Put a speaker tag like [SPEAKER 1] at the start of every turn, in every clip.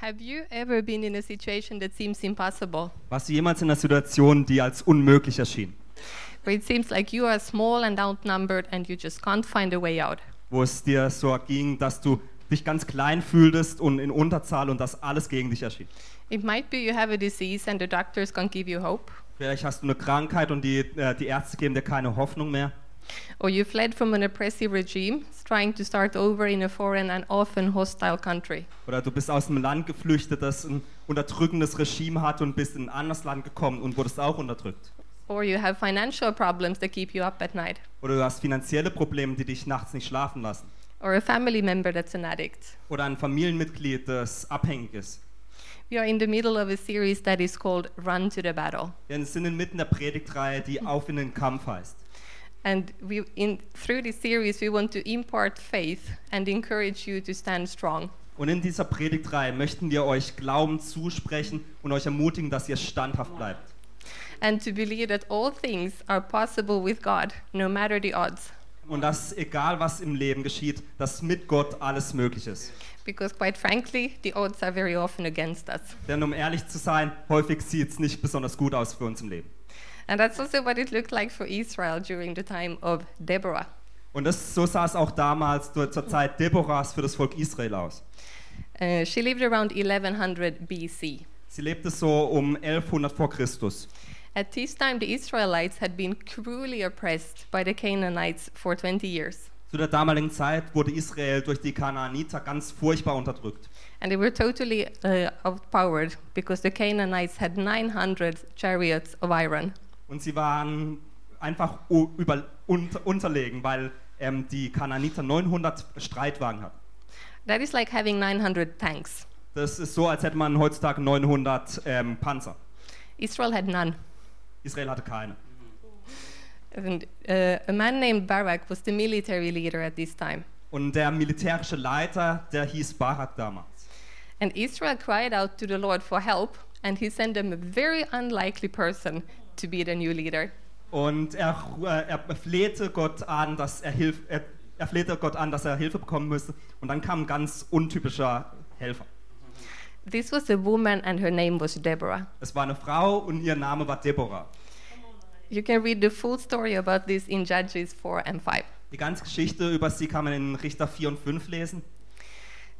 [SPEAKER 1] Have you ever been in a situation that seems impossible?
[SPEAKER 2] Warst du jemals in einer Situation, die als unmöglich erschien?
[SPEAKER 1] Where it seems like you are small and outnumbered and you just can't find a way out?
[SPEAKER 2] Wo es dir so ging, dass du dich ganz klein fühltest und in Unterzahl und dass alles gegen dich erschien?
[SPEAKER 1] It might be you have a disease and the doctors can't give you hope,
[SPEAKER 2] Vielleicht hast du eine Krankheit und die, äh, die Ärzte geben dir keine Hoffnung mehr.
[SPEAKER 1] or you fled from an oppressive regime trying to start over in a foreign and often hostile country.
[SPEAKER 2] Oder du bist aus einem Land geflüchtet, das ein unterdrückendes Regime hat und bist in ein anderes Land gekommen und wurdest auch unterdrückt.
[SPEAKER 1] Or you have financial problems that keep you up at night,
[SPEAKER 2] Oder du hast finanzielle Probleme, die dich nachts nicht schlafen lassen.
[SPEAKER 1] or a family member that's an addict.
[SPEAKER 2] Oder ein Familienmitglied, das abhängig ist.
[SPEAKER 1] We are in the middle of a series that is called Run to the Battle.
[SPEAKER 2] Wir sind inmitten der Predigtreihe, die Auf in den Kampf heißt.
[SPEAKER 1] And we, in, through this series, we want to impart faith and encourage you to stand strong.
[SPEAKER 2] Und in dieser Predigtreihe möchten wir euch Glauben zusprechen und euch ermutigen, dass ihr standhaft bleibt.
[SPEAKER 1] and to believe that all things are possible with God, no matter the odds.
[SPEAKER 2] Und dass egal was im Leben geschieht, dass mit Gott alles möglich ist.
[SPEAKER 1] Because, quite frankly, the odds are very often against us.
[SPEAKER 2] Denn um ehrlich zu sein, häufig sieht es nicht besonders gut aus für uns im Leben.
[SPEAKER 1] And that's also what it looked like for Israel during the time of Deborah.
[SPEAKER 2] Und das, so sah es auch damals zur, zur Zeit Deborahs für das Volk Israel aus.
[SPEAKER 1] Uh, she lived around 1100 BC.
[SPEAKER 2] Sie lebte so um 1100 vor Christus.
[SPEAKER 1] At this time, the Israelites had been cruelly oppressed by the Canaanites for 20 years,
[SPEAKER 2] Zu der damaligen Zeit wurde Israel durch die Kanaaniter ganz furchtbar unterdrückt.
[SPEAKER 1] and they were totally uh, outpowered because the Canaanites had 900 chariots of iron.
[SPEAKER 2] Und sie waren einfach u- über, unter, unterlegen, weil ähm, die Kanaaniter 900 Streitwagen hatten.
[SPEAKER 1] That is like having 900 tanks.
[SPEAKER 2] Das ist so, als hätte man heutzutage 900 ähm, Panzer.
[SPEAKER 1] Israel had none.
[SPEAKER 2] Israel hatte keine.
[SPEAKER 1] And uh, a man named Barak was the military leader at this time.
[SPEAKER 2] Und der militärische Leiter, der hieß Barak damals.
[SPEAKER 1] And Israel cried out to the Lord for help, and he sent them a very unlikely person to be the new leader.
[SPEAKER 2] Und er, äh, er flehte Gott an, dass er, Hilf, er, er flehte Gott an, dass er Hilfe bekommen müsste. Und dann kam ein ganz untypischer Helfer.
[SPEAKER 1] This was a woman, and her name was Deborah.
[SPEAKER 2] Es war eine Frau und ihr Name war Deborah.
[SPEAKER 1] You can read the full story about this in Judges 4 and 5.
[SPEAKER 2] Die ganze Geschichte über sie kann man in Richter 4 und 5 lesen.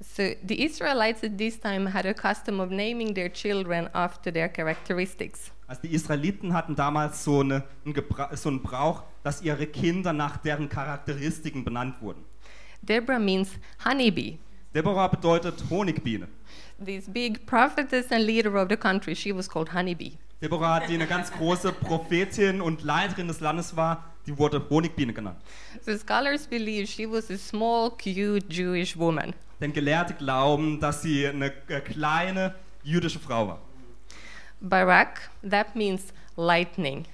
[SPEAKER 1] So the Israelites at this time had a custom of naming their children after their characteristics.
[SPEAKER 2] Also die Israeliten hatten damals so, eine, einen Gebra so einen Brauch, dass ihre Kinder nach deren Charakteristiken benannt wurden.
[SPEAKER 1] Deborah means honeybee.
[SPEAKER 2] Deborah bedeutet Honigbiene.
[SPEAKER 1] This big prophetess and leader of the country, she was called honeybee.
[SPEAKER 2] Deborah, die eine ganz große Prophetin und Leiterin des Landes war, die wurde Honigbiene genannt.
[SPEAKER 1] The scholars believe she was a small, cute Jewish woman.
[SPEAKER 2] Denn Gelehrte glauben, dass sie eine äh, kleine jüdische Frau war.
[SPEAKER 1] Barak, that means lightning.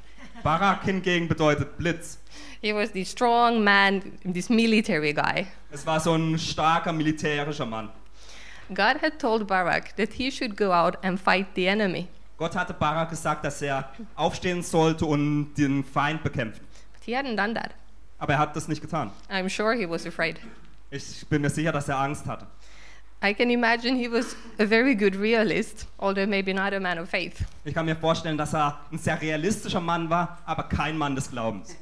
[SPEAKER 2] Barak hingegen bedeutet Blitz.
[SPEAKER 1] He was the strong man, this military guy.
[SPEAKER 2] Es war so ein starker militärischer Mann.
[SPEAKER 1] God had told Barak that he should go out and fight the enemy,
[SPEAKER 2] Gott hatte Barak gesagt, dass er aufstehen sollte und den Feind bekämpfen.
[SPEAKER 1] but he hadn't done that.
[SPEAKER 2] Aber er hat das nicht getan.
[SPEAKER 1] I'm sure he was afraid.
[SPEAKER 2] Ich bin mir sicher, dass er Angst hatte.
[SPEAKER 1] I can imagine he was a very good realist, although maybe not a man of faith.
[SPEAKER 2] Ich kann mir vorstellen, dass er ein sehr realistischer Mann war, aber kein Mann des Glaubens.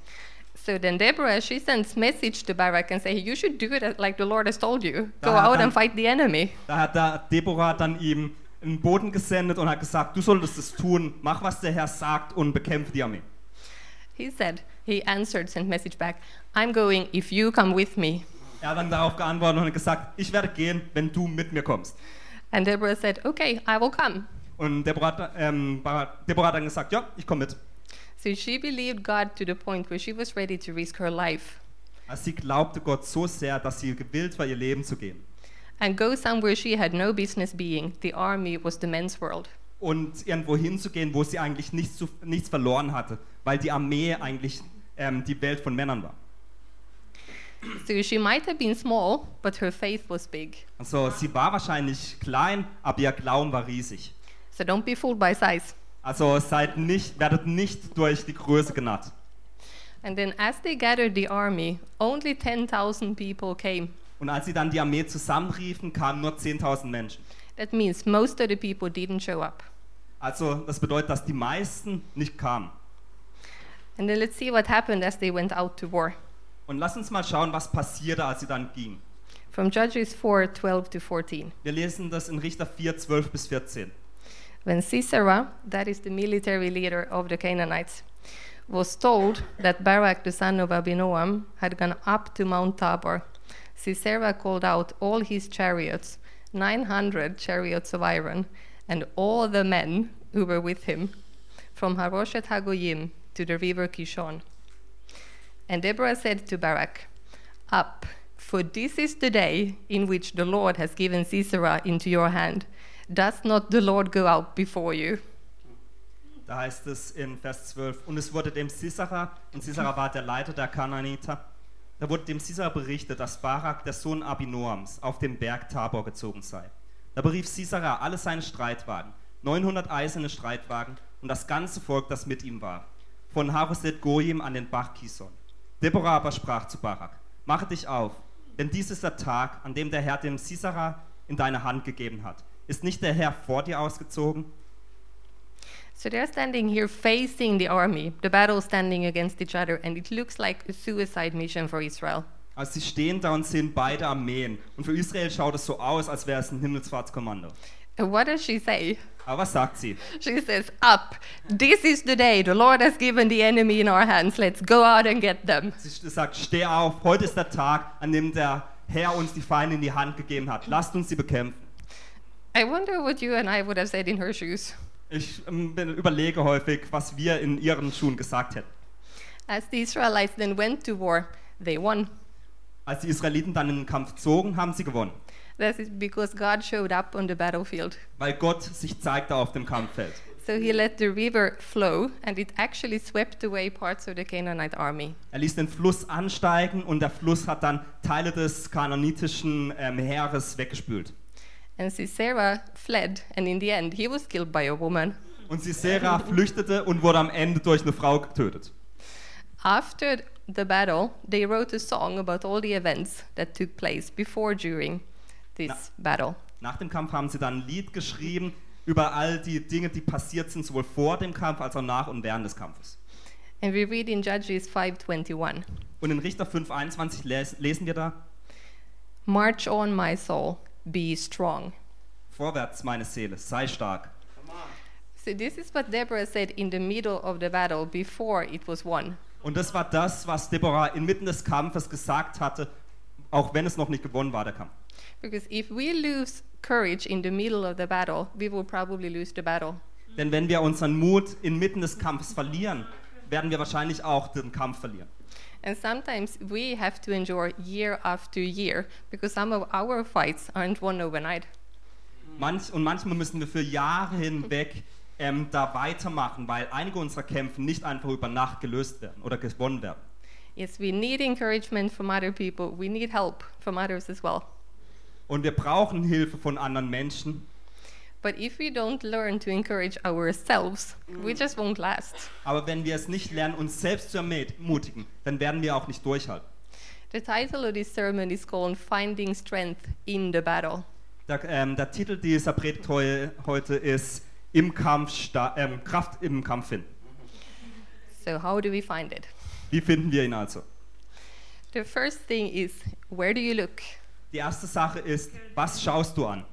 [SPEAKER 1] So then Deborah, she sends message to Barak and say, you should do it like the Lord has told you. Go
[SPEAKER 2] Ah,
[SPEAKER 1] out
[SPEAKER 2] dann-
[SPEAKER 1] and fight the enemy.
[SPEAKER 2] Da hat da Deborah dann ihm einen Boden gesendet und hat gesagt, du solltest es tun, mach was der Herr sagt und bekämpfe die Armee.
[SPEAKER 1] He said, he answered, sent message back, I'm going if you come with me.
[SPEAKER 2] Er hat dann darauf geantwortet und hat gesagt, ich werde gehen, wenn du mit mir kommst.
[SPEAKER 1] And Deborah said, Okay, I will come.
[SPEAKER 2] Und Deborah, hat- ähm, Barak- Deborah hat dann gesagt, ja, ich komme mit.
[SPEAKER 1] So she believed God to the point where she was ready to risk her life
[SPEAKER 2] Also sie glaubte Gott so sehr, dass sie gewillt war, ihr Leben zu geben.
[SPEAKER 1] and go somewhere she had no business being. The army was the men's world.
[SPEAKER 2] Und irgendwo hinzugehen, wo sie eigentlich nichts, zu, nichts verloren hatte, weil die Armee eigentlich ähm, die Welt von Männern war.
[SPEAKER 1] So she might have been small, but her faith was big.
[SPEAKER 2] Also sie war wahrscheinlich klein, aber ihr Glauben war riesig.
[SPEAKER 1] So don't be fooled by size.
[SPEAKER 2] Also seid nicht, werdet nicht durch die Größe genannt.
[SPEAKER 1] And then, as they gathered the army, only 10,000 people came.
[SPEAKER 2] Und als sie dann die Armee zusammenriefen, kamen nur 10.000 Menschen.
[SPEAKER 1] That means most of the people didn't show up.
[SPEAKER 2] Also das bedeutet, dass die meisten nicht kamen.
[SPEAKER 1] And then let's see what happened as they went out to war.
[SPEAKER 2] Und lass uns mal schauen, was passierte, als sie dann gingen.
[SPEAKER 1] From Judges 4 12 to 14.
[SPEAKER 2] Wir lesen das in Richter 4, 12 bis 14.
[SPEAKER 1] When Sisera, that is the military leader of the Canaanites, was told that Barak the son of Abinoam had gone up to Mount Tabor, Sisera called out all his chariots, 900 chariots of iron, and all the men who were with him, from Haroshet Hagoyim to the river Kishon. And Deborah said to Barak, Up, for this is the day in which the Lord has given Sisera into your hand. Does not the Lord go out before you?
[SPEAKER 2] Da heißt es in Vers 12, und es wurde dem Sisera, und Sisera war der Leiter der Kanaaniter, da wurde dem Sisera berichtet, dass Barak, der Sohn Abinoams, auf dem Berg Tabor gezogen sei. Da berief Sisera alle seine Streitwagen, 900 eiserne Streitwagen und das ganze Volk, das mit ihm war, von Haroset Goyim an den Bach Kison. Deborah aber sprach zu Barak, mache dich auf, denn dies ist der Tag, an dem der Herr dem Sisera in deine Hand gegeben hat. Ist nicht der Herr vor dir ausgezogen?
[SPEAKER 1] So they're standing here facing the army, the battle standing against each other, and it looks like a suicide mission for Israel.
[SPEAKER 2] Also sie stehen da und sehen beide Armeen. Und für Israel schaut es so aus, als wäre es ein Himmelsfahrtskommando.
[SPEAKER 1] And what does she say?
[SPEAKER 2] Aber was sagt sie?
[SPEAKER 1] She says, Up, this is the day the Lord has given the enemy in our hands. Let's go out and get them.
[SPEAKER 2] Sie sagt, steh auf, heute ist der Tag, an dem der Herr uns die Feinde in die Hand gegeben hat. Lasst uns sie bekämpfen.
[SPEAKER 1] I wonder what you and I would have said in her shoes.
[SPEAKER 2] Ich ähm, bin- überlege häufig, was wir in ihren Schuhen gesagt hätten.
[SPEAKER 1] As the Israelites then went to war, they won.
[SPEAKER 2] Als die Israeliten dann in den Kampf zogen, haben sie gewonnen,
[SPEAKER 1] That is because God showed up on the battlefield.
[SPEAKER 2] weil Gott sich zeigte auf dem Kampffeld.
[SPEAKER 1] So he let the river flow, and it actually swept away parts of the Canaanite army.
[SPEAKER 2] Er ließ den Fluss ansteigen und der Fluss hat dann Teile des kananitischen ähm, Heeres weggespült.
[SPEAKER 1] And Sisera fled, and in the end, he was killed by a woman.
[SPEAKER 2] Und Sisera flüchtete und wurde am Ende durch eine Frau getötet.
[SPEAKER 1] After the battle, they wrote a song about all the events that took place before, during this battle.
[SPEAKER 2] Nach dem Kampf haben sie dann ein Lied geschrieben über all die Dinge, die passiert sind, sowohl vor dem Kampf als auch nach und während des Kampfes.
[SPEAKER 1] And we read in Judges 5:21,
[SPEAKER 2] Und in Richter 5,21 les lesen wir da:
[SPEAKER 1] "March on, my soul, be strong."
[SPEAKER 2] Vorwärts, meine Seele, sei stark.
[SPEAKER 1] So this is what Deborah said in the middle of the battle before it was won.
[SPEAKER 2] Und das war das, was Deborah inmitten des Kampfes gesagt hatte, auch wenn es noch nicht gewonnen war, der Kampf.
[SPEAKER 1] Because if we lose courage in the middle of the battle, we will probably lose the battle.
[SPEAKER 2] Denn wenn wir unseren Mut inmitten des Kampfes verlieren, werden wir wahrscheinlich auch den Kampf verlieren.
[SPEAKER 1] And sometimes we have to endure year after year because some of our fights aren't won overnight.
[SPEAKER 2] Manch, und manchmal müssen wir für Jahre hinweg ähm, da weitermachen, weil einige unserer Kämpfe nicht einfach über Nacht gelöst werden oder gewonnen werden.
[SPEAKER 1] Yes, we need encouragement from other people. We need help from others as well.
[SPEAKER 2] Und wir brauchen Hilfe von anderen Menschen.
[SPEAKER 1] But if we don't learn to encourage ourselves, we just won't last.
[SPEAKER 2] Aber wenn wir es nicht lernen, uns selbst zu ermutigen, dann werden wir auch nicht durchhalten.
[SPEAKER 1] The title of this sermon is called Finding Strength in the Battle.
[SPEAKER 2] Der, ähm, der Titel dieser Predigt heu, heute ist Im Kampf sta- ähm, Kraft im Kampf finden.
[SPEAKER 1] So, how do we find it?
[SPEAKER 2] Wie finden wir ihn also?
[SPEAKER 1] The first thing is where do you look?
[SPEAKER 2] Die erste Sache ist, was schaust du an?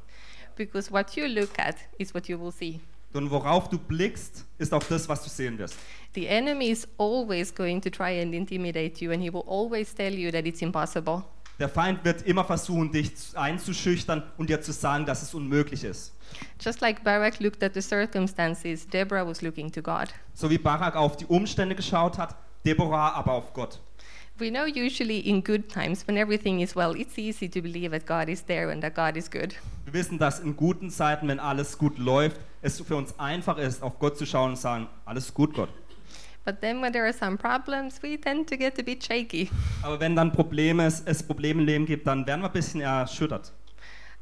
[SPEAKER 1] Because what you look at is what you will see.
[SPEAKER 2] Und worauf du blickst, ist auch das, was du sehen wirst.
[SPEAKER 1] The enemy is always going to try and intimidate you, and he will always tell you that it's impossible.
[SPEAKER 2] Der Feind wird immer versuchen, dich einzuschüchtern und dir zu sagen, dass es unmöglich ist.
[SPEAKER 1] Just like Barak looked at the circumstances, Deborah was looking to God.
[SPEAKER 2] So wie Barak auf die Umstände geschaut hat, Deborah aber auf Gott.
[SPEAKER 1] We know usually in good times, when everything is well, it's easy to believe that God is there and that God is good.
[SPEAKER 2] Wir wissen, dass in guten Zeiten, wenn alles gut läuft, es für uns einfach ist, auf Gott zu schauen und zu sagen, alles gut, Gott.
[SPEAKER 1] But then when there are some problems, we tend to get a bit shaky.
[SPEAKER 2] Aber wenn dann Probleme, es, es Probleme im Leben gibt, dann werden wir ein bisschen erschüttert.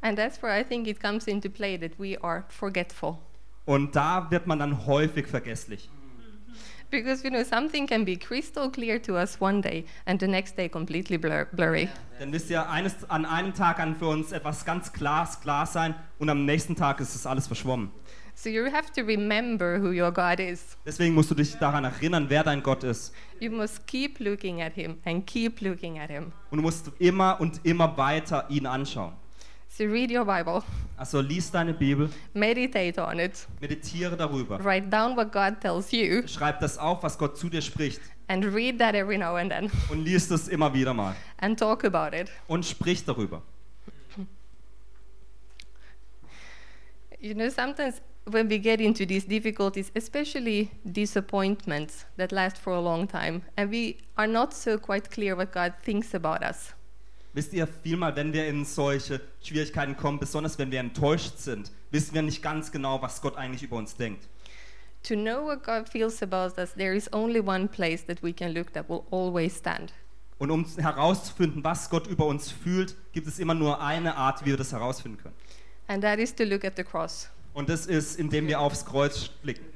[SPEAKER 1] And that's where I think it comes into play that we are forgetful.
[SPEAKER 2] Und da wird man dann häufig vergesslich.
[SPEAKER 1] Because you know something can be crystal clear to us one day and the next day completely blur blurry.
[SPEAKER 2] Dann wisst ihr, eines, an einem Tag kann für uns etwas ganz glasklar sein und am nächsten Tag ist es alles verschwommen.
[SPEAKER 1] So you have to remember who your God is.
[SPEAKER 2] Deswegen musst du dich daran erinnern, wer dein Gott ist.
[SPEAKER 1] You must keep looking at him and keep looking at him.
[SPEAKER 2] Und du musst immer und immer weiter ihn anschauen.
[SPEAKER 1] So read your Bible,
[SPEAKER 2] Also lies deine Bibel,
[SPEAKER 1] meditate on it,
[SPEAKER 2] meditiere darüber,
[SPEAKER 1] write down what God tells you
[SPEAKER 2] schreib das auf, was Gott zu dir spricht
[SPEAKER 1] and read that every now and then
[SPEAKER 2] und lies das immer wieder mal
[SPEAKER 1] and talk about it.
[SPEAKER 2] und sprich darüber.
[SPEAKER 1] You know, sometimes when we get into these difficulties, especially disappointments that last for a long time, and we are not so quite clear what God thinks about us,
[SPEAKER 2] Wisst ihr, vielmal, wenn wir in solche Schwierigkeiten kommen, besonders wenn wir enttäuscht sind, wissen wir nicht ganz genau, was Gott eigentlich über uns denkt.
[SPEAKER 1] to know what God feels about us, there is only one place that we can look that will always stand.
[SPEAKER 2] Und um herauszufinden, was Gott über uns fühlt, gibt es immer nur eine Art, wie wir das herausfinden können.
[SPEAKER 1] And that is to look at the cross.
[SPEAKER 2] Und das ist, indem wir aufs Kreuz blicken.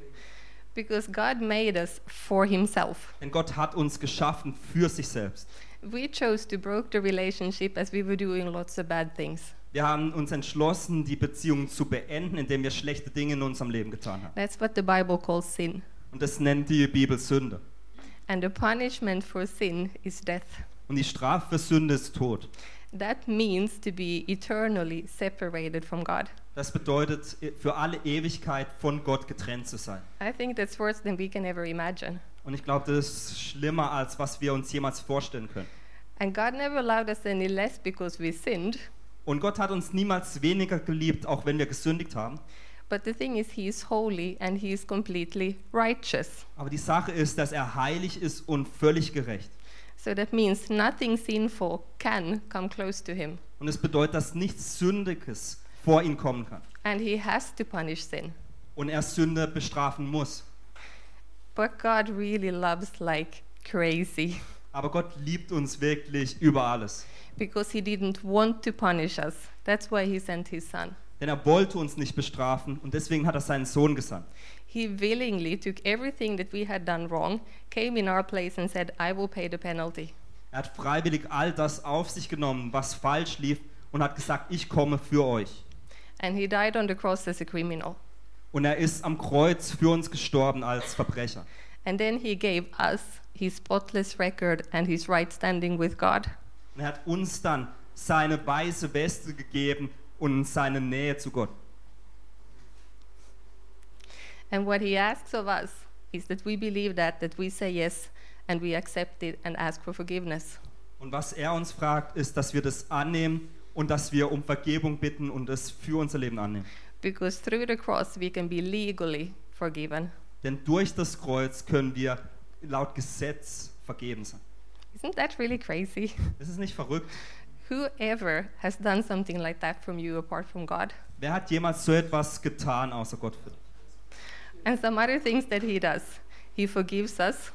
[SPEAKER 1] Because God made us for Himself.
[SPEAKER 2] Denn Gott hat uns geschaffen für sich selbst.
[SPEAKER 1] We chose to break the relationship as we were doing lots of bad things.
[SPEAKER 2] Wir haben uns entschlossen, die Beziehung zu beenden, indem wir schlechte Dinge in unserem Leben getan haben.
[SPEAKER 1] That's what the Bible calls sin.
[SPEAKER 2] Und das nennt die Bibel Sünde.
[SPEAKER 1] And the punishment for sin is death.
[SPEAKER 2] Und die Strafe für Sünde ist Tod.
[SPEAKER 1] That means to be eternally separated from God.
[SPEAKER 2] Das bedeutet, für alle Ewigkeit von Gott getrennt zu sein.
[SPEAKER 1] I think that's worse than we can ever imagine.
[SPEAKER 2] Und ich glaube, das ist schlimmer, als was wir uns jemals vorstellen können.
[SPEAKER 1] And God never allowed us any less because we sinned.
[SPEAKER 2] Und Gott hat uns niemals weniger geliebt, auch wenn wir gesündigt haben.
[SPEAKER 1] But the thing is, He is holy and He is completely righteous.
[SPEAKER 2] Aber die Sache ist, dass er heilig ist und völlig gerecht.
[SPEAKER 1] So that means nothing sinful can come close to Him.
[SPEAKER 2] Und es bedeutet, dass nichts Sündiges vor ihn kommen kann.
[SPEAKER 1] And He has to punish sin.
[SPEAKER 2] Und er Sünde bestrafen muss.
[SPEAKER 1] But God really loves like crazy
[SPEAKER 2] Aber Gott liebt uns wirklich über alles.
[SPEAKER 1] because He didn't want to punish us. That's why He sent His Son.
[SPEAKER 2] Denn er wollte uns nicht bestrafen und deswegen hat er seinen Sohn gesandt.
[SPEAKER 1] He willingly took everything that we had done wrong, came in our place, and said, I will pay the penalty.
[SPEAKER 2] Er hat freiwillig all das auf sich genommen, was falsch lief und hat gesagt, ich komme für euch.
[SPEAKER 1] And he died on the cross as a criminal.
[SPEAKER 2] Und er ist am Kreuz für uns gestorben als Verbrecher.
[SPEAKER 1] And then he gave us his spotless record and his right standing with God.
[SPEAKER 2] Und er hat uns dann seine weiße Weste gegeben und seine Nähe zu Gott.
[SPEAKER 1] And what he asks of us is that we believe that, that we say yes, and we accept it and ask for forgiveness.
[SPEAKER 2] Und was er uns fragt, ist, dass wir das annehmen und dass wir um Vergebung bitten und es für unser Leben annehmen.
[SPEAKER 1] Because through the cross, we can be legally forgiven.
[SPEAKER 2] Denn durch das Kreuz können wir laut Gesetz vergeben sein.
[SPEAKER 1] Isn't that really crazy?
[SPEAKER 2] Das ist nicht verrückt.
[SPEAKER 1] Whoever has done something like that from you apart from God?
[SPEAKER 2] Wer hat jemals so etwas getan außer Gott?
[SPEAKER 1] And some other things that he does. He forgives us,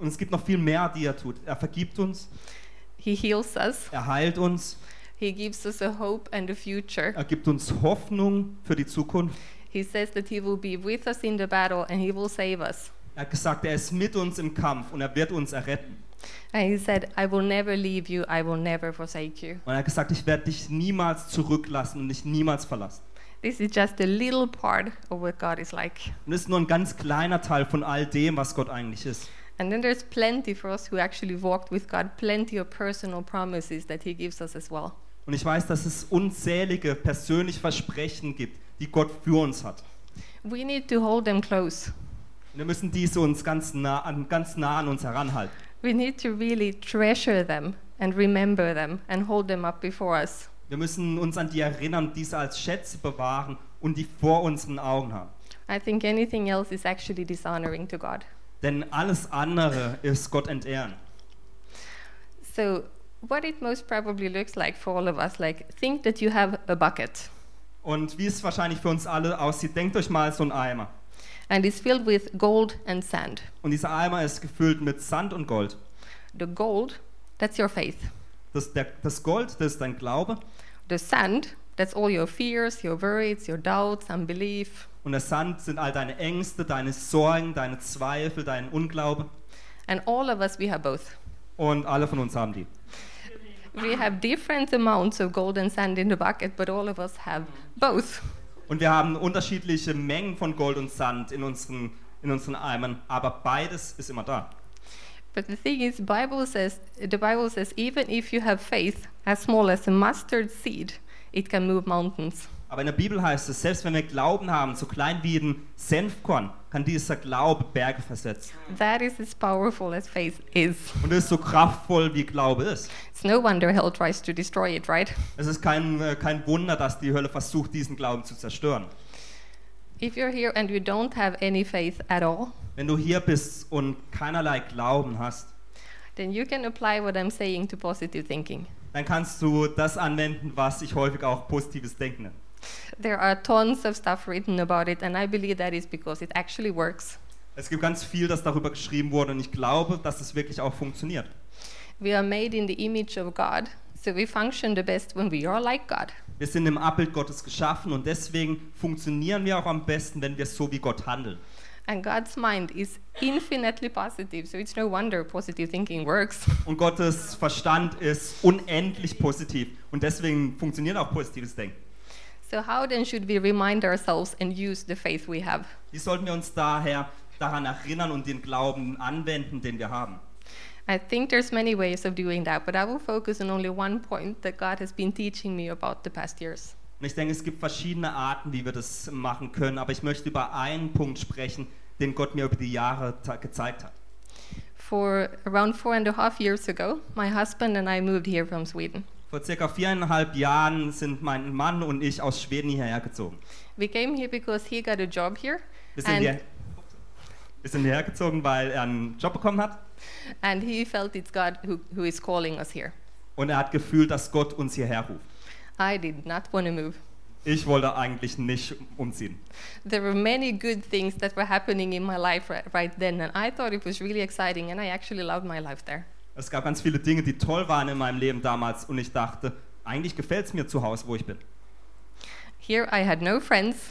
[SPEAKER 2] Und es gibt noch viel mehr, die er tut. Er vergibt uns,
[SPEAKER 1] he heals us,
[SPEAKER 2] er heilt uns,
[SPEAKER 1] he gives us a hope and a future.
[SPEAKER 2] er gibt uns Hoffnung für die Zukunft.
[SPEAKER 1] He says that he will be with us in the battle and he will save us.
[SPEAKER 2] Er hat gesagt, er ist mit uns im Kampf und er wird uns erretten.
[SPEAKER 1] And he said, I will never leave you, I will never forsake you.
[SPEAKER 2] Und er hat gesagt, ich werde dich niemals zurücklassen und dich niemals verlassen.
[SPEAKER 1] This is just a little part of what God is like.
[SPEAKER 2] Und das ist nur ein ganz kleiner Teil von all dem, was Gott eigentlich ist.
[SPEAKER 1] And then there's plenty for us who actually walked with God, plenty of personal promises that he gives us as well.
[SPEAKER 2] Und ich weiß, dass es unzählige persönliche Versprechen gibt, die Gott für uns hat.
[SPEAKER 1] We need to hold them close.
[SPEAKER 2] Und wir müssen diese uns ganz nah an, ganz nah an uns heranhalten.
[SPEAKER 1] We need to really treasure them and remember them and hold them up before us.
[SPEAKER 2] Wir müssen uns an die erinnern, diese als Schätze bewahren und die vor unseren Augen haben.
[SPEAKER 1] I think anything else is actually dishonoring to God.
[SPEAKER 2] Denn alles andere ist Gott entehren.
[SPEAKER 1] So, what it most probably looks like for all of us, like think that you have a bucket
[SPEAKER 2] Und wie es wahrscheinlich für uns alle aussieht, denkt euch mal so einen Eimer.
[SPEAKER 1] and it's filled with gold and sand.
[SPEAKER 2] Und dieser Eimer ist gefüllt mit Sand und Gold.
[SPEAKER 1] The gold, that's your faith.
[SPEAKER 2] Das, der, das Gold, das ist dein Glaube.
[SPEAKER 1] The sand, that's all your fears, your worries, your doubts, unbelief.
[SPEAKER 2] Und Und der Sand sind all deine Ängste, deine Sorgen, deine Zweifel, dein Unglaube.
[SPEAKER 1] And all of us, we have both.
[SPEAKER 2] Und alle von uns haben die.
[SPEAKER 1] We have different amounts of gold and sand in the bucket, but all of us have both.
[SPEAKER 2] Und wir haben unterschiedliche Mengen von Gold und Sand in unseren, in unseren Eimern, aber beides ist immer da.
[SPEAKER 1] But the thing is, Bible says the Bible says even if you have faith as small as a mustard seed, it can move mountains.
[SPEAKER 2] Aber in der Bibel heißt es, selbst wenn wir Glauben haben, so klein wie ein Senfkorn, kann dieser Glaube Berge versetzen.
[SPEAKER 1] That is as powerful as faith is.
[SPEAKER 2] Und das ist so kraftvoll, wie Glaube ist.
[SPEAKER 1] It's no wonder hell tries to destroy it, right?
[SPEAKER 2] Es ist kein, äh, kein Wunder, dass die Hölle versucht, diesen Glauben zu zerstören.
[SPEAKER 1] If you're here and you don't have any faith at all,
[SPEAKER 2] Wenn du hier bist und keinerlei Glauben hast,
[SPEAKER 1] then you can apply what I'm saying to positive thinking.
[SPEAKER 2] dann kannst du das anwenden, was ich häufig auch positives Denken nenne.
[SPEAKER 1] There are tons of stuff written about it, and I believe that is because it actually works.
[SPEAKER 2] Es gibt ganz viel, das darüber geschrieben wurde und ich glaube, dass es wirklich auch funktioniert.
[SPEAKER 1] We are made in the image of God, so we function the best when we are like God.
[SPEAKER 2] Wir sind im Abbild Gottes geschaffen und deswegen funktionieren wir auch am besten, wenn wir so wie Gott handeln.
[SPEAKER 1] And God's mind is infinitely positive, so it's no wonder positive thinking works.
[SPEAKER 2] Und Gottes Verstand ist unendlich positiv und deswegen funktioniert auch positives Denken.
[SPEAKER 1] So, how then should we remind ourselves and use the faith we have?
[SPEAKER 2] Wie sollten wir uns daher daran erinnern und den Glauben anwenden, den wir haben?
[SPEAKER 1] I think there's many ways of doing that, but I will focus on only one point that God has been teaching me about the past years.
[SPEAKER 2] Und ich denke, es gibt verschiedene Arten, wie wir das machen können, aber ich möchte über einen Punkt sprechen, den Gott mir über die Jahre ta- gezeigt hat.
[SPEAKER 1] For around four and a half years ago, my husband and I moved here from Sweden.
[SPEAKER 2] Vor circa viereinhalb Jahren sind mein Mann und ich aus Schweden hierher gezogen.
[SPEAKER 1] We came here because he got a job here,
[SPEAKER 2] Wir sind, hier,
[SPEAKER 1] and,
[SPEAKER 2] wir sind hierher gezogen, weil er einen Job bekommen hat
[SPEAKER 1] and he felt it's God who, who is calling us here.
[SPEAKER 2] und er hat gefühlt, dass Gott uns hierher ruft.
[SPEAKER 1] I did not want to move.
[SPEAKER 2] Ich wollte eigentlich nicht umziehen.
[SPEAKER 1] There were many good things that were happening in my life ri- right then, and I thought it was really exciting, and I actually loved my life there.
[SPEAKER 2] Es gab ganz viele Dinge, die toll waren in meinem Leben damals und ich dachte, eigentlich gefällt es mir zu Hause, wo ich bin.
[SPEAKER 1] Here I had no friends,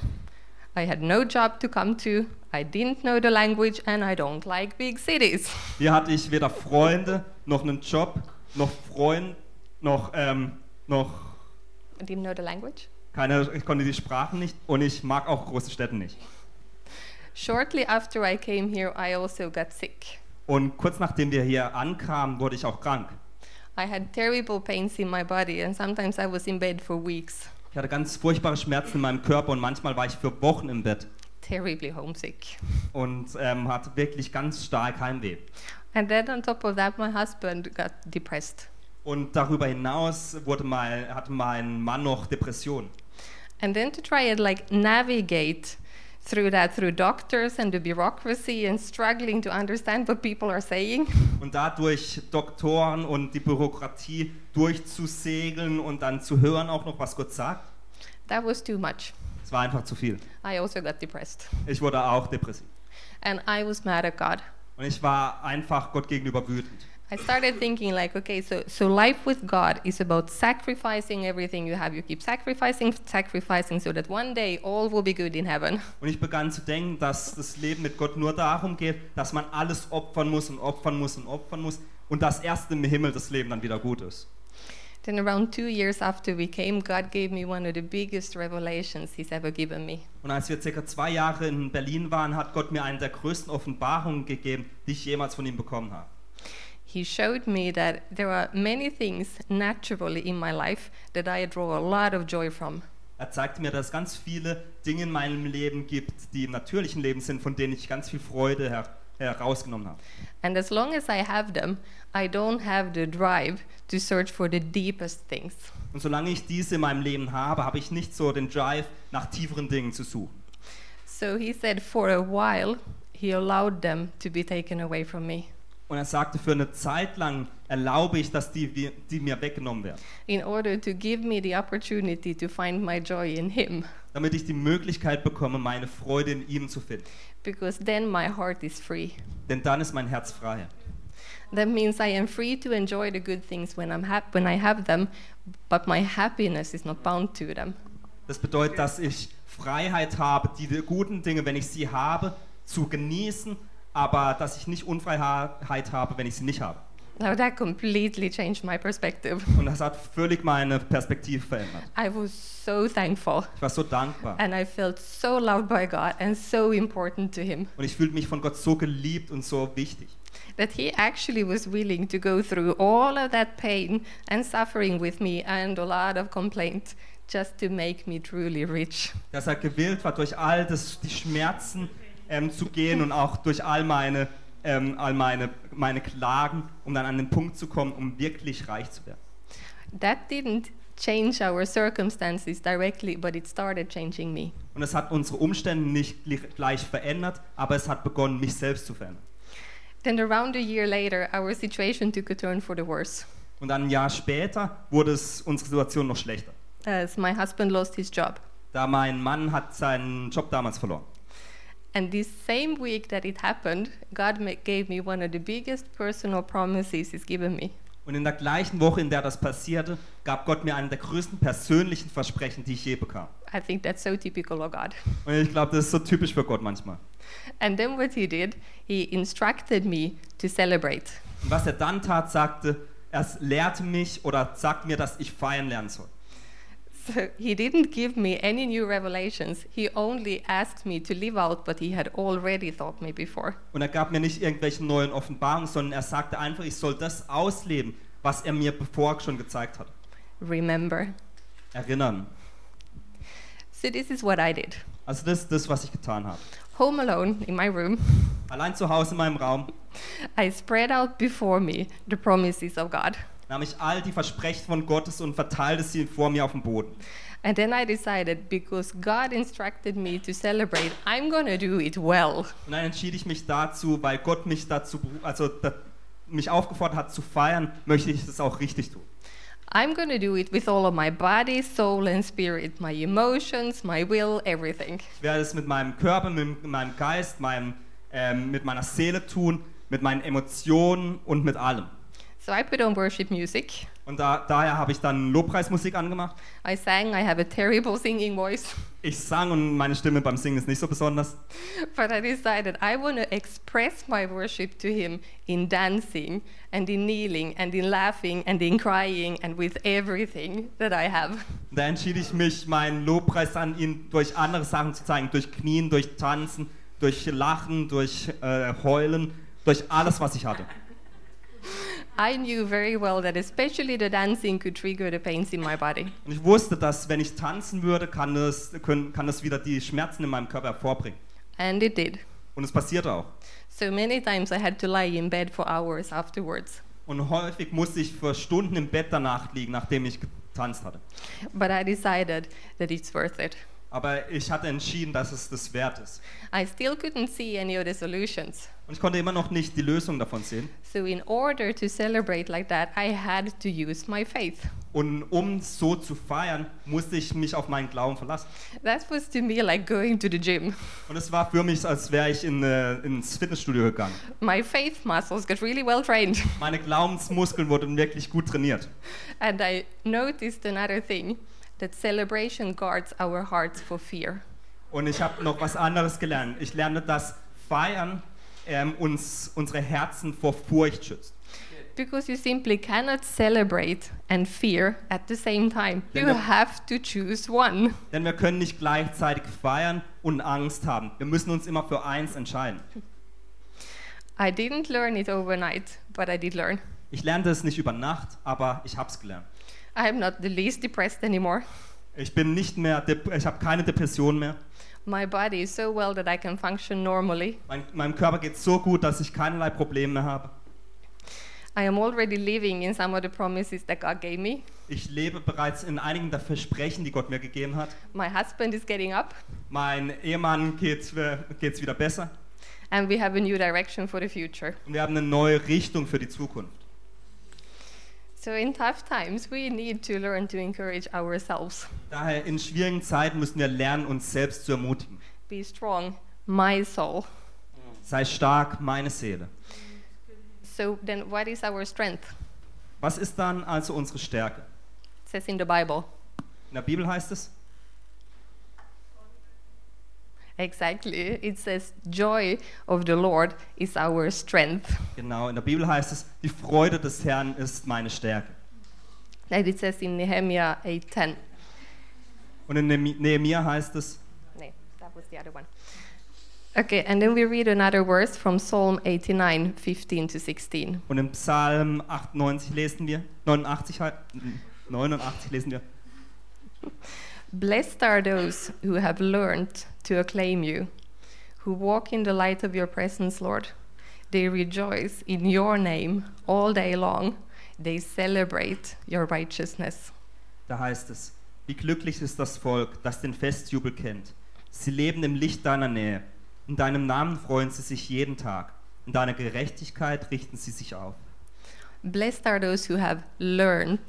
[SPEAKER 1] I had no job to come to, I didn't know the language, and I don't like big cities.
[SPEAKER 2] Hier hatte ich weder Freunde, noch einen Job, noch Freund, noch, ähm, noch
[SPEAKER 1] I didn't know the language.
[SPEAKER 2] keine, ich konnte die Sprachen nicht und ich mag auch große Städte nicht.
[SPEAKER 1] Shortly after I came here, I also got sick.
[SPEAKER 2] Und kurz nachdem wir hier ankamen, wurde ich auch krank.
[SPEAKER 1] I had terrible pains in my body, and sometimes I was in bed for weeks,
[SPEAKER 2] Ich hatte ganz furchtbare Schmerzen in meinem Körper und manchmal war ich für Wochen im Bett
[SPEAKER 1] terribly homesick.
[SPEAKER 2] und ähm, hatte wirklich ganz stark Heimweh.
[SPEAKER 1] And then on top of that, my husband got depressed.
[SPEAKER 2] Und darüber hinaus wurde mein, hatte mein Mann noch Depressionen.
[SPEAKER 1] And then to try and like navigate through that through doctors and the bureaucracy and struggling to understand what people are saying.
[SPEAKER 2] Und dadurch Doktoren und die Bürokratie durchzusegeln und dann zu hören auch noch, was Gott sagt,
[SPEAKER 1] That was too much.
[SPEAKER 2] es war einfach zu viel.
[SPEAKER 1] I also got depressed.
[SPEAKER 2] Ich wurde auch depressiv.
[SPEAKER 1] And I was mad at God.
[SPEAKER 2] Und ich war einfach Gott gegenüber wütend.
[SPEAKER 1] I started thinking like, okay, so so life with God is about sacrificing everything you have. You keep sacrificing, sacrificing so that one day all will be good in heaven.
[SPEAKER 2] Und ich begann zu denken, dass das Leben mit Gott nur darum geht, dass man alles opfern muss und opfern muss und opfern muss und dass erst im Himmel das Leben dann wieder gut ist.
[SPEAKER 1] Then around 2 years after we came, God gave me one of the biggest revelations he's ever given me.
[SPEAKER 2] Und als wir circa zwei Jahre in Berlin waren, hat Gott mir eine der größten Offenbarungen gegeben, die ich jemals von ihm bekommen habe.
[SPEAKER 1] He showed me that there are many things naturally in my life that I draw a lot of joy from.
[SPEAKER 2] Er zeigte mir, dass es ganz viele Dinge in meinem Leben gibt, die im natürlichen Leben sind, von denen ich ganz viel Freude her herausgenommen habe.
[SPEAKER 1] And as long as I have them, I don't have the drive to search for the deepest things.
[SPEAKER 2] Und solange ich diese in meinem Leben habe, habe ich nicht so den Drive, nach tieferen Dingen zu suchen.
[SPEAKER 1] So he said, for a while, he allowed them to be taken away from me
[SPEAKER 2] Und er sagte, für eine Zeit lang erlaube ich, dass die, wir- die mir weggenommen werden,
[SPEAKER 1] in order to give me the opportunity to find my joy in him,
[SPEAKER 2] damit ich die Möglichkeit bekomme, meine Freude in ihm zu finden.
[SPEAKER 1] because then my heart is free.
[SPEAKER 2] Denn dann ist mein Herz frei.
[SPEAKER 1] That means I am free to enjoy the good things when, I'm hap- when I have them, but my happiness is not bound to them.
[SPEAKER 2] Das bedeutet, dass ich Freiheit habe, die guten Dinge, wenn ich sie habe, zu genießen, aber dass ich nicht Unfreiheit habe, wenn ich sie nicht habe.
[SPEAKER 1] Now that completely changed my perspective.
[SPEAKER 2] Und das hat völlig meine Perspektive verändert.
[SPEAKER 1] I was so thankful
[SPEAKER 2] Ich war so dankbar.
[SPEAKER 1] and I felt so loved by God and so important to Him
[SPEAKER 2] Und ich fühlte mich von Gott so geliebt und so wichtig.
[SPEAKER 1] that He actually was willing to go through all of that pain and suffering with me and a lot of complaint just to make me truly rich.
[SPEAKER 2] Dass er gewillt war, durch all das, die Schmerzen ähm, zu gehen und auch durch all meine, ähm, all meine, meine Klagen, um dann an den Punkt zu kommen, um wirklich reich zu werden.
[SPEAKER 1] That didn't change our circumstances directly, but it started changing me.
[SPEAKER 2] Und es hat unsere Umstände nicht gli- gleich verändert, aber es hat begonnen, mich selbst zu verändern.
[SPEAKER 1] Then, around a year later, our situation took a turn for the worse.
[SPEAKER 2] Und dann ein Jahr später wurde es unsere Situation noch schlechter.
[SPEAKER 1] as my husband lost his job.
[SPEAKER 2] Da mein Mann hat seinen Job damals verloren.
[SPEAKER 1] And this same week that it happened, God ma- gave me one of the biggest personal promises He's given me.
[SPEAKER 2] Und in der gleichen Woche, in der das passierte, gab Gott mir einen der größten persönlichen Versprechen, die ich je bekam.
[SPEAKER 1] I think that's so typical of God.
[SPEAKER 2] Und ich glaube, das ist so typisch für Gott manchmal.
[SPEAKER 1] And then what He did, He instructed me to celebrate.
[SPEAKER 2] Und was er dann tat, sagte, er lehrte mich oder sagt mir, dass ich feiern lernen soll.
[SPEAKER 1] So He didn't give me any new revelations. He only asked me to live out what He had already taught me before.
[SPEAKER 2] Und er gab mir nicht irgendwelche neuen Offenbarungen, sondern er sagte einfach, ich soll das ausleben, was er mir bevor schon gezeigt hat.
[SPEAKER 1] Remember.
[SPEAKER 2] Erinnern.
[SPEAKER 1] So this is what I did.
[SPEAKER 2] Also das ist das, was ich getan habe.
[SPEAKER 1] Home alone in my room,
[SPEAKER 2] Allein zu Hause in meinem Raum
[SPEAKER 1] I spread out before me the promises of God.
[SPEAKER 2] nahm ich all die Versprechen von Gottes und verteilte sie vor mir auf dem Boden.
[SPEAKER 1] And then I decided because God instructed me to celebrate, I'm going to do it well.
[SPEAKER 2] Und dann entschied ich mich dazu, weil Gott mich dazu, beru- also da, mich aufgefordert hat zu feiern, möchte ich das auch richtig tun.
[SPEAKER 1] I'm going to do it with all of my body, soul, and spirit, my emotions, my will, everything.
[SPEAKER 2] Ich werde es mit meinem Körper, mit meinem Geist, meinem, ähm, mit meiner Seele tun, mit meinen Emotionen und mit allem.
[SPEAKER 1] So I put on worship music.
[SPEAKER 2] Und da, daher habe ich dann Lobpreismusik angemacht.
[SPEAKER 1] I sang, I have a terrible singing voice,
[SPEAKER 2] Ich sang und meine Stimme beim Singen ist nicht so besonders.
[SPEAKER 1] but I decided I want to express my worship to Him in dancing and in kneeling and in laughing and in crying and with everything that I have.
[SPEAKER 2] Und da entschied ich mich, meinen Lobpreis an ihn durch andere Sachen zu zeigen. Durch Knien, durch Tanzen, durch Lachen, durch äh, Heulen, durch alles, was ich hatte.
[SPEAKER 1] I knew very well that especially the dancing could trigger the pains in my body.
[SPEAKER 2] Und ich wusste, dass wenn ich tanzen würde, kann das, können, kann das wieder die Schmerzen in meinem Körper hervorbringen.
[SPEAKER 1] And it did.
[SPEAKER 2] Und es passierte auch.
[SPEAKER 1] So many times I had to lie in bed for hours afterwards.
[SPEAKER 2] Und häufig musste ich für Stunden im Bett danach liegen, nachdem ich getanzt hatte.
[SPEAKER 1] But I decided that it's worth it.
[SPEAKER 2] Aber ich hatte entschieden, dass es das wert ist.
[SPEAKER 1] I still couldn't see any of the solutions.
[SPEAKER 2] Und ich konnte immer noch nicht die Lösung davon sehen.
[SPEAKER 1] So, in order to celebrate like that, I had to use my faith.
[SPEAKER 2] Und um so zu feiern, musste ich mich auf meinen Glauben verlassen.
[SPEAKER 1] That was to me like going to the gym.
[SPEAKER 2] Und es war für mich, als wäre ich in, äh, ins Fitnessstudio gegangen.
[SPEAKER 1] My faith muscles got really well trained.
[SPEAKER 2] Meine Glaubensmuskeln wurden wirklich gut trainiert.
[SPEAKER 1] And I noticed another thing that celebration guards our hearts for fear.
[SPEAKER 2] Und ich habe noch was anderes gelernt. Ich lerne, dass Feiern ähm, uns, unsere Herzen vor Furcht schützt.
[SPEAKER 1] Because you simply cannot celebrate and fear at the same time. You
[SPEAKER 2] Yeah, no.
[SPEAKER 1] have to choose one.
[SPEAKER 2] Denn wir können nicht gleichzeitig feiern und Angst haben. Wir müssen uns immer für eins entscheiden.
[SPEAKER 1] I didn't learn it overnight, but I did learn.
[SPEAKER 2] Ich lernte es nicht über Nacht, aber ich habe es gelernt.
[SPEAKER 1] I am not the least depressed anymore.
[SPEAKER 2] Ich bin nicht mehr, dep- ich habe keine Depression mehr.
[SPEAKER 1] My body is so well that I can function normally.
[SPEAKER 2] Mein, meinem Körper geht so gut, dass ich keinerlei Probleme mehr habe.
[SPEAKER 1] I am already living in some of the promises that God gave me.
[SPEAKER 2] Ich lebe bereits in einigen der Versprechen, die Gott mir gegeben hat.
[SPEAKER 1] My husband is getting up,
[SPEAKER 2] Mein Ehemann geht es wieder besser.
[SPEAKER 1] and we have a new direction for the future.
[SPEAKER 2] Und wir haben eine neue Richtung für die Zukunft.
[SPEAKER 1] So, in tough times, we need to learn to encourage ourselves.
[SPEAKER 2] Daher in schwierigen Zeiten müssen wir lernen, uns selbst zu ermutigen.
[SPEAKER 1] Be strong, my soul.
[SPEAKER 2] Sei stark, meine Seele.
[SPEAKER 1] So, then what is our strength?
[SPEAKER 2] Was ist dann also unsere Stärke?
[SPEAKER 1] It says in the Bible.
[SPEAKER 2] In der Bibel heißt es,
[SPEAKER 1] Exactly. It says, Joy of the Lord is our strength.
[SPEAKER 2] Genau, in der Bibel heißt es, die Freude des Herrn ist meine Stärke.
[SPEAKER 1] Like it says in Nehemiah 8:10.
[SPEAKER 2] Und in Nehemi- Nehemia heißt es,
[SPEAKER 1] No, that was the other one. Okay, and then we read another verse from Psalm 89, 15 to 16.
[SPEAKER 2] und im Psalm 98 lesen wir, 89, halt- 89 lesen wir,
[SPEAKER 1] Blessed are those who have learned to acclaim you, who walk in the light of your presence, Lord. They rejoice in your name all day long. They celebrate your righteousness.
[SPEAKER 2] Da heißt es, wie glücklich ist das Volk, das den Festjubel kennt. Sie leben im Licht deiner Nähe. In deinem Namen freuen sie sich jeden Tag. In deiner Gerechtigkeit richten sie sich auf.
[SPEAKER 1] Blessed are those who have learned.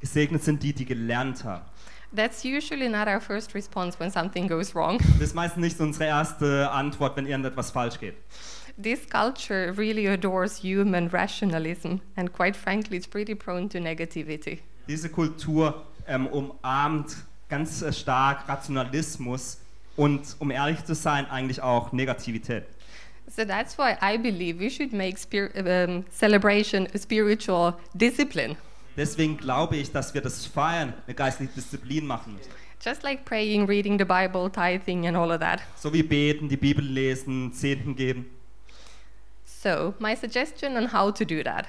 [SPEAKER 2] Gesegnet sind die, die gelernt haben.
[SPEAKER 1] That's usually not our first response when something goes wrong.
[SPEAKER 2] Das ist meistens nicht unsere erste Antwort, wenn irgendetwas falsch geht.
[SPEAKER 1] This culture really adores human rationalism, and quite frankly, it's pretty prone to negativity.
[SPEAKER 2] Diese Kultur ähm, umarmt ganz äh, stark Rationalismus und, um ehrlich zu sein, eigentlich auch Negativität.
[SPEAKER 1] So that's why I believe we should make spir- um, celebration a spiritual discipline.
[SPEAKER 2] Deswegen glaube ich, dass wir das Feiern eine geistliche Disziplin machen müssen.
[SPEAKER 1] Just like praying, reading the Bible, tithing, and all of that.
[SPEAKER 2] So wie beten, die Bibel lesen, Zehnten geben.
[SPEAKER 1] So, my suggestion on how to do that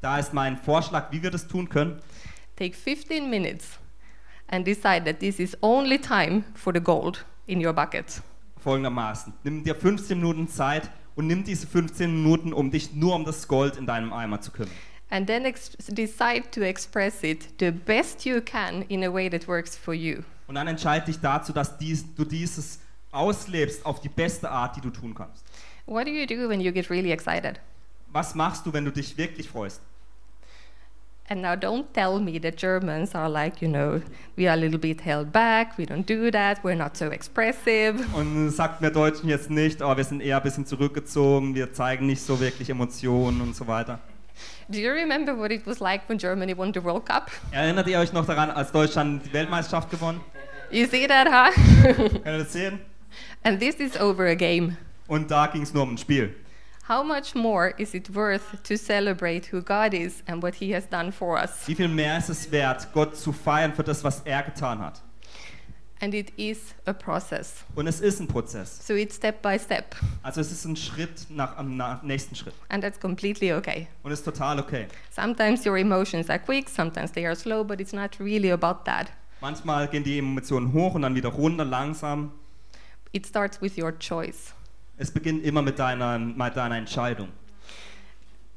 [SPEAKER 2] Da ist mein Vorschlag, wie wir das tun können.
[SPEAKER 1] take 15 minutes and decide that this is only time for the gold in your bucket.
[SPEAKER 2] Folgendermaßen. Nimm dir 15 Minuten Zeit und nimm diese 15 Minuten, um dich nur um das Gold in deinem Eimer zu kümmern.
[SPEAKER 1] And then ex- decide to express it the best you can in a way that works for you.
[SPEAKER 2] Und dann entscheide dich dazu, dass dies, du dieses auslebst auf die beste Art, die du tun kannst.
[SPEAKER 1] What do you do when you get really excited?
[SPEAKER 2] Was machst du, wenn du dich wirklich freust?
[SPEAKER 1] And now don't tell me that Germans are like, you know, we are a little bit held back, we don't do that, we're not so expressive.
[SPEAKER 2] Und sagt mir Deutschen jetzt nicht, oh, wir sind eher ein bisschen zurückgezogen, wir zeigen nicht so wirklich Emotionen und so weiter.
[SPEAKER 1] Do you remember what it was like when Germany won the World Cup?
[SPEAKER 2] Erinnert ihr euch noch daran, als Deutschland die Weltmeisterschaft gewonnen?
[SPEAKER 1] You see that, huh?
[SPEAKER 2] Könnt ihr das sehen?
[SPEAKER 1] and this is over a game.
[SPEAKER 2] Und da ging es nur um ein Spiel.
[SPEAKER 1] How much more is it worth to celebrate who God is and what He has done for us?
[SPEAKER 2] Wie viel mehr ist es wert, Gott zu feiern für das, was er getan hat?
[SPEAKER 1] And it is a process.
[SPEAKER 2] Und es ist ein Prozess.
[SPEAKER 1] So it's step by step,
[SPEAKER 2] Also es ist ein Schritt nach am na- nächsten Schritt.
[SPEAKER 1] and that's completely okay.
[SPEAKER 2] Und ist total okay.
[SPEAKER 1] Sometimes your emotions are quick, sometimes they are slow, but it's not really about that.
[SPEAKER 2] Manchmal gehen die Emotionen hoch und dann wieder runter, langsam.
[SPEAKER 1] It starts with your choice.
[SPEAKER 2] Es beginnt immer mit deiner, mit deiner Entscheidung.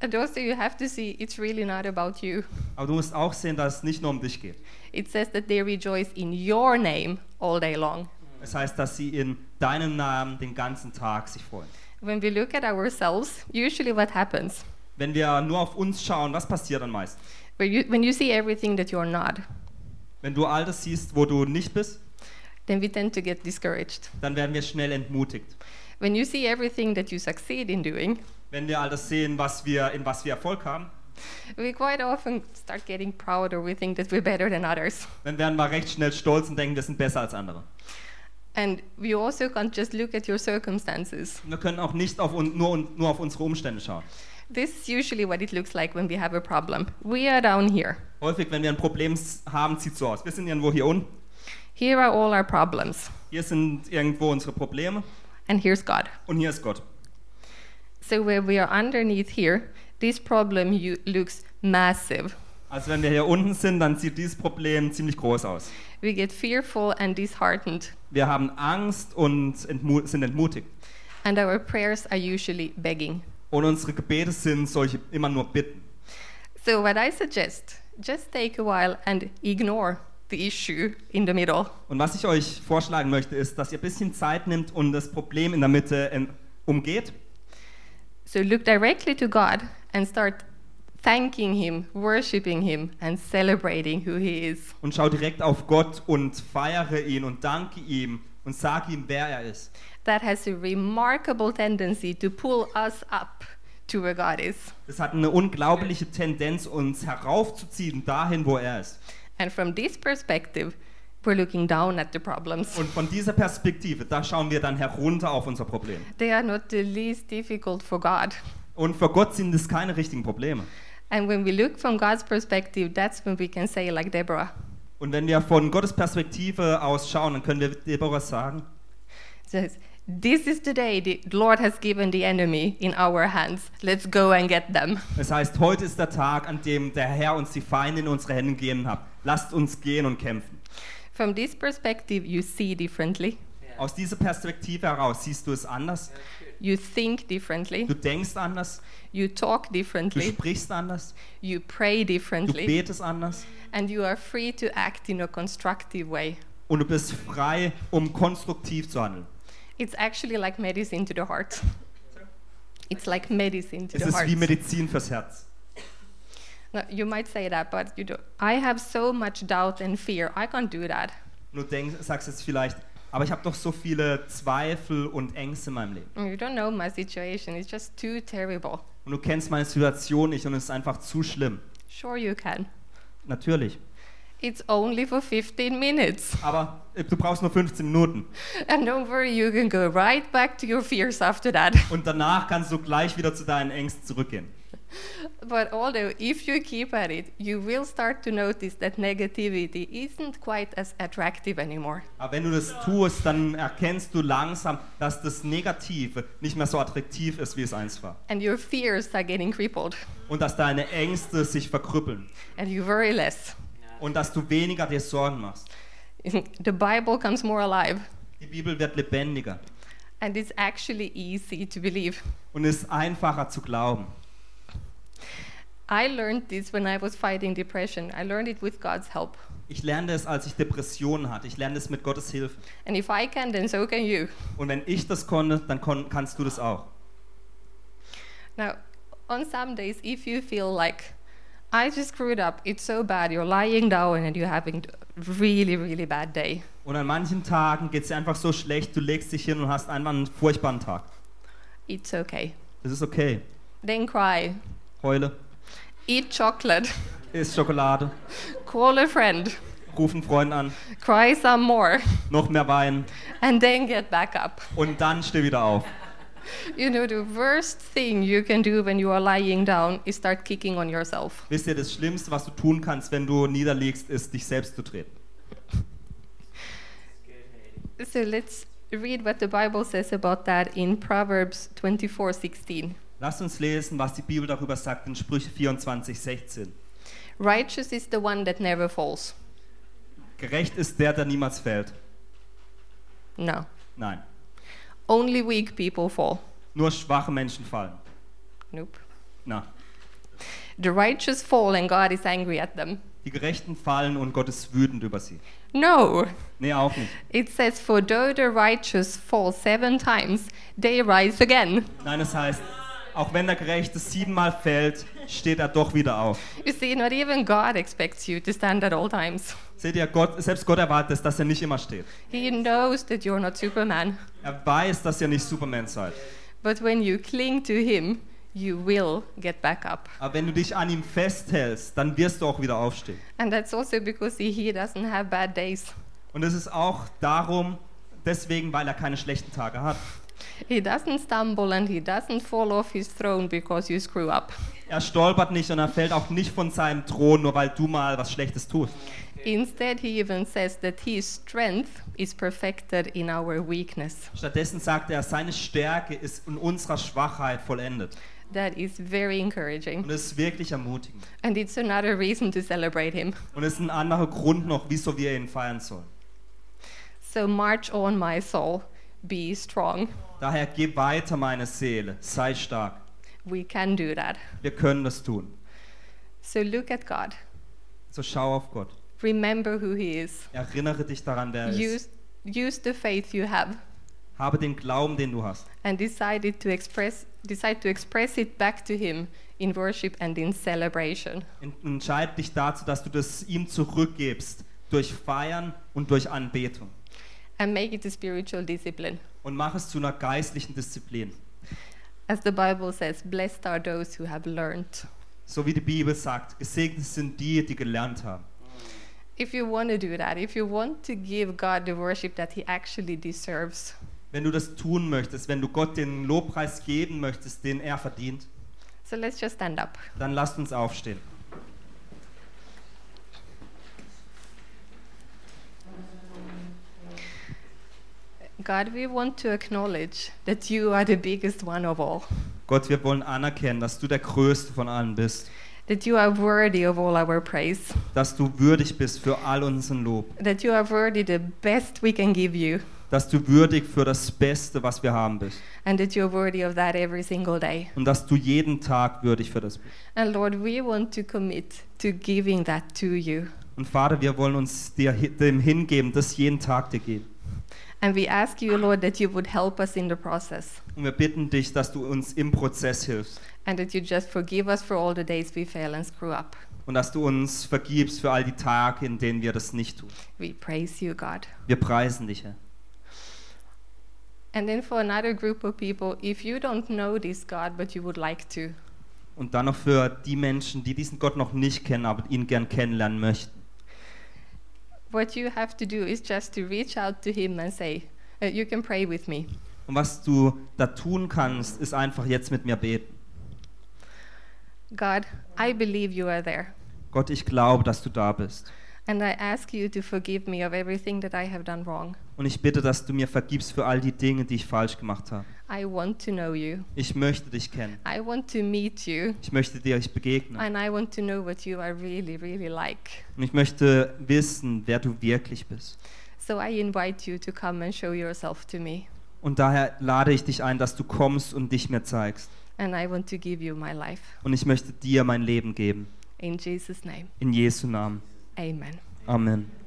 [SPEAKER 1] And also, you have to see it's really not about you.
[SPEAKER 2] Aber du musst auch sehen, dass es nicht nur um dich geht.
[SPEAKER 1] It says that they rejoice in your name all day long.
[SPEAKER 2] Es heißt, dass sie in deinem Namen den ganzen Tag sich freuen.
[SPEAKER 1] When we look at ourselves, usually what happens?
[SPEAKER 2] Wenn wir nur auf uns schauen, was passiert dann meist?
[SPEAKER 1] When you, when you see everything that you're not,
[SPEAKER 2] Wenn du all das siehst, wo du nicht bist,
[SPEAKER 1] then we tend to get discouraged.
[SPEAKER 2] dann werden wir schnell entmutigt.
[SPEAKER 1] When you see everything that you succeed in doing,
[SPEAKER 2] Wenn wir all das sehen, was wir, in was wir Erfolg haben,
[SPEAKER 1] we quite often start getting proud or we think that we're better than others.
[SPEAKER 2] dann werden wir recht schnell stolz und denken, wir sind besser als andere.
[SPEAKER 1] And we also can't just look at your circumstances.
[SPEAKER 2] Wir können auch nicht auf un nur, un nur auf unsere Umstände schauen.
[SPEAKER 1] This is usually what it looks like when we have a problem. We are down here.
[SPEAKER 2] Häufig, wenn wir ein Problem s- haben, sieht so aus. Wir sind irgendwo hier unten,
[SPEAKER 1] Here are all our problems.
[SPEAKER 2] hier sind irgendwo unsere Probleme
[SPEAKER 1] And here's God.
[SPEAKER 2] und hier ist Gott.
[SPEAKER 1] So when we are underneath here, this problem you, looks massive.
[SPEAKER 2] Also wenn wir hier unten sind, dann sieht dieses Problem ziemlich groß aus.
[SPEAKER 1] We get fearful and disheartened,
[SPEAKER 2] Wir haben Angst und entmu sind entmutigt.
[SPEAKER 1] and our prayers are usually begging.
[SPEAKER 2] Und unsere Gebete sind solche immer nur Bitten.
[SPEAKER 1] So what I suggest, just take a while and ignore the issue in the middle.
[SPEAKER 2] Und was ich euch vorschlagen möchte, ist, dass ihr ein bisschen Zeit nimmt und das Problem in der Mitte ähm, umgeht
[SPEAKER 1] So look directly to God and start thanking Him, worshiping Him, and celebrating who He is.
[SPEAKER 2] und schau direkt auf Gott und feiere ihn und danke ihm und sag ihm, wer er ist.
[SPEAKER 1] That has a remarkable tendency to pull us up to where God is.
[SPEAKER 2] Das hat eine unglaubliche Tendenz, uns heraufzuziehen dahin, wo er ist.
[SPEAKER 1] And from this perspective, We're looking down at the problems.
[SPEAKER 2] Und von dieser Perspektive, da schauen wir dann herunter auf unser Problem.
[SPEAKER 1] They are not the least difficult for God.
[SPEAKER 2] Und für Gott sind es keine richtigen Probleme.
[SPEAKER 1] And when we look from God's perspective, that's when we can say, like Deborah,
[SPEAKER 2] Und wenn wir von Gottes Perspektive aus schauen, dann können wir Deborah sagen,
[SPEAKER 1] says, This is the day the Lord has given the enemy in our hands. Let's go and get them.
[SPEAKER 2] es heißt, heute ist der Tag, an dem der Herr uns die Feinde in unsere Hände gegeben hat. Lasst uns gehen und kämpfen.
[SPEAKER 1] From this perspective, you see differently,
[SPEAKER 2] Aus dieser Perspektive heraus siehst du es anders,
[SPEAKER 1] you think differently,
[SPEAKER 2] du denkst anders,
[SPEAKER 1] you talk
[SPEAKER 2] du
[SPEAKER 1] differently,
[SPEAKER 2] sprichst anders,
[SPEAKER 1] you pray
[SPEAKER 2] du
[SPEAKER 1] differently,
[SPEAKER 2] betest anders
[SPEAKER 1] and you are free to act in a constructive way.
[SPEAKER 2] und du bist frei, um konstruktiv zu handeln.
[SPEAKER 1] It's actually like medicine to the heart. It's like medicine to
[SPEAKER 2] Es
[SPEAKER 1] the
[SPEAKER 2] ist
[SPEAKER 1] heart.
[SPEAKER 2] wie Medizin fürs Herz.
[SPEAKER 1] No, you might say that, but you do. I have so much doubt and fear. I can't do that.
[SPEAKER 2] Und du denkst, sagst jetzt vielleicht, aber ich habe doch so viele Zweifel und Ängste in meinem Leben.
[SPEAKER 1] Mm, You don't know my situation. It's just too terrible.
[SPEAKER 2] Und du kennst meine Situation nicht und es ist einfach zu schlimm.
[SPEAKER 1] Sure, you can.
[SPEAKER 2] Natürlich.
[SPEAKER 1] It's only for 15 minutes.
[SPEAKER 2] Aber äh, du brauchst nur 15 Minuten.
[SPEAKER 1] And don't worry, you can go right back to your fears after that.
[SPEAKER 2] Und danach kannst du gleich wieder zu deinen Ängsten zurückgehen.
[SPEAKER 1] But although, if you keep at it, you will start to notice that negativity isn't quite as attractive anymore.
[SPEAKER 2] Aber wenn du das tust, dann erkennst du langsam, dass das Negative nicht mehr so attraktiv ist, wie es einst war.
[SPEAKER 1] And your fears are getting crippled.
[SPEAKER 2] Und dass deine Ängste sich verkrüppeln.
[SPEAKER 1] And you worry less.
[SPEAKER 2] Und dass du weniger dir Sorgen machst.
[SPEAKER 1] the Bible comes more alive.
[SPEAKER 2] Die Bibel wird lebendiger
[SPEAKER 1] And it's actually easy to believe.
[SPEAKER 2] und ist einfacher zu glauben.
[SPEAKER 1] I learned this when I was fighting depression. I learned it with God's help.
[SPEAKER 2] Ich lernte es, als ich Depressionen hatte. Ich lernte es mit Gottes Hilfe.
[SPEAKER 1] And if I can, then so can you.
[SPEAKER 2] Und wenn ich das konnte, dann kon kannst du das auch.
[SPEAKER 1] Now, on some days, if you feel like I just screwed up, it's so bad, you're lying down and you're having a really, really bad day.
[SPEAKER 2] Und an manchen Tagen geht es dir einfach so schlecht, du legst dich hin und hast einfach einen furchtbaren Tag.
[SPEAKER 1] It's okay.
[SPEAKER 2] Das ist okay.
[SPEAKER 1] Then cry,
[SPEAKER 2] Heule,
[SPEAKER 1] eat chocolate,
[SPEAKER 2] isst Schokolade,
[SPEAKER 1] call a friend,
[SPEAKER 2] ruf einen Freund an,
[SPEAKER 1] cry some more,
[SPEAKER 2] noch mehr Wein
[SPEAKER 1] and then get back up.
[SPEAKER 2] und dann steh wieder auf.
[SPEAKER 1] You know, the worst thing you can do when you are lying down is start kicking on yourself.
[SPEAKER 2] Wisst ihr, das Schlimmste, was du tun kannst, wenn du niederlegst, ist, dich selbst zu treten.
[SPEAKER 1] So let's read what the Bible says about that in Proverbs 24:16.
[SPEAKER 2] Lasst uns lesen, was die Bibel darüber sagt in Sprüche 24, 16.
[SPEAKER 1] Righteous is the one that never falls.
[SPEAKER 2] Gerecht ist der, der niemals fällt.
[SPEAKER 1] No.
[SPEAKER 2] Nein,
[SPEAKER 1] Only weak people fall.
[SPEAKER 2] nur schwache Menschen fallen.
[SPEAKER 1] Nope.
[SPEAKER 2] Na,
[SPEAKER 1] The righteous fall and God is angry at them.
[SPEAKER 2] die Gerechten fallen und Gott ist wütend über sie.
[SPEAKER 1] No.
[SPEAKER 2] Nee, auch nicht.
[SPEAKER 1] It says, For though the righteous fall seven times, they rise again.
[SPEAKER 2] Nein, es heißt, auch wenn der Gerechte siebenmal fällt, steht er doch wieder auf.
[SPEAKER 1] You see, not even God expects you to stand at all times.
[SPEAKER 2] Seht ihr, Gott, selbst Gott erwartet es, dass er nicht immer steht.
[SPEAKER 1] He knows that you're not Superman.
[SPEAKER 2] Er weiß, dass ihr nicht Superman seid.
[SPEAKER 1] But when you cling to Him, you will get back up.
[SPEAKER 2] Aber wenn du dich an ihm festhältst, dann wirst du auch wieder aufstehen.
[SPEAKER 1] And that's also because He, he doesn't have bad days.
[SPEAKER 2] Und es ist auch darum, deswegen, weil er keine schlechten Tage hat.
[SPEAKER 1] He doesn't stumble and he doesn't fall off his throne because you screw up.
[SPEAKER 2] Er stolpert nicht und er fällt auch nicht von seinem Thron, nur weil du mal was Schlechtes tust.
[SPEAKER 1] Instead, he even says that his strength is perfected in our weakness.
[SPEAKER 2] Stattdessen sagt er, seine Stärke ist in unserer Schwachheit vollendet.
[SPEAKER 1] That is very
[SPEAKER 2] Und
[SPEAKER 1] encouraging.
[SPEAKER 2] es ist wirklich ermutigend.
[SPEAKER 1] And it's another reason to celebrate him.
[SPEAKER 2] Und es ist ein anderer Grund noch, wieso wir ihn feiern sollen.
[SPEAKER 1] So march on, my soul, be strong.
[SPEAKER 2] Daher geh weiter, meine Seele, sei stark.
[SPEAKER 1] We can do that.
[SPEAKER 2] Wir können das tun.
[SPEAKER 1] So look at God.
[SPEAKER 2] So schau auf Gott.
[SPEAKER 1] Remember who he is.
[SPEAKER 2] Erinnere dich daran, wer er ist.
[SPEAKER 1] Use, use the faith you have
[SPEAKER 2] Habe den Glauben, den du hast.
[SPEAKER 1] and decide it to express decide to express it back to him in worship and in celebration.
[SPEAKER 2] En- Entscheide dich dazu, dass du das ihm zurückgibst durch Feiern und durch Anbetung.
[SPEAKER 1] And make it a spiritual discipline.
[SPEAKER 2] Und mach es zu einer geistlichen Disziplin.
[SPEAKER 1] As the Bible says, blessed are those who have learned.
[SPEAKER 2] So wie die Bibel sagt, gesegnet sind die, die gelernt haben.
[SPEAKER 1] if you want to do that, if you want to give God the worship that He actually deserves,
[SPEAKER 2] Wenn du das tun möchtest, wenn du Gott den Lobpreis geben möchtest, den er verdient,
[SPEAKER 1] so let's just stand up.
[SPEAKER 2] dann lasst uns aufstehen.
[SPEAKER 1] God, we want to acknowledge that you are the biggest one of all,
[SPEAKER 2] Gott, wir wollen anerkennen, dass du der Größte von allen bist,
[SPEAKER 1] that you are worthy of all our praise,
[SPEAKER 2] dass du würdig bist für all unseren Lob,
[SPEAKER 1] that you are worthy the best we can give you,
[SPEAKER 2] dass du würdig für das Beste, was wir haben bist
[SPEAKER 1] and that you're worthy of that every single day.
[SPEAKER 2] und dass du jeden Tag würdig für das bist.
[SPEAKER 1] And Lord, we want to commit to giving that to you.
[SPEAKER 2] Und Vater, wir wollen uns dir hi- dem hingeben, das jeden Tag dir geben.
[SPEAKER 1] And we ask you, Lord, that you would help us in the process
[SPEAKER 2] Und wir bitten dich, dass du uns im Prozess hilfst
[SPEAKER 1] and that you just forgive us for all the days we fail and screw up.
[SPEAKER 2] und dass du uns vergibst für all die Tage, in denen wir das nicht tun.
[SPEAKER 1] We praise you, God.
[SPEAKER 2] Wir preisen dich, Herr.
[SPEAKER 1] And then for another group of people, if you don't know this God, but you would like to,
[SPEAKER 2] Und dann noch für die Menschen, die diesen Gott noch nicht kennen, aber ihn gern kennenlernen möchten.
[SPEAKER 1] what you have to do is just to reach out to Him and say, uh, You can pray with me.
[SPEAKER 2] Und was du da tun kannst, ist einfach jetzt mit mir beten.
[SPEAKER 1] God, I believe you are there.
[SPEAKER 2] Gott, ich glaube, dass du da bist.
[SPEAKER 1] And I ask you to forgive me of everything that I have done wrong.
[SPEAKER 2] Und ich bitte, dass du mir vergibst für all die Dinge, die ich falsch gemacht habe.
[SPEAKER 1] I want to know you.
[SPEAKER 2] Ich möchte dich kennen.
[SPEAKER 1] I want to meet you.
[SPEAKER 2] Ich möchte dir ich begegnen.
[SPEAKER 1] And I want to know what you are really, really like.
[SPEAKER 2] Und ich möchte wissen, wer du wirklich bist.
[SPEAKER 1] So I invite you to come and show yourself to me.
[SPEAKER 2] Und daher lade ich dich ein, dass du kommst und dich mir zeigst.
[SPEAKER 1] And I want to give you my life.
[SPEAKER 2] Und ich möchte dir mein Leben geben.
[SPEAKER 1] In Jesus' name,
[SPEAKER 2] In Jesu Namen.
[SPEAKER 1] amen.
[SPEAKER 2] Amen.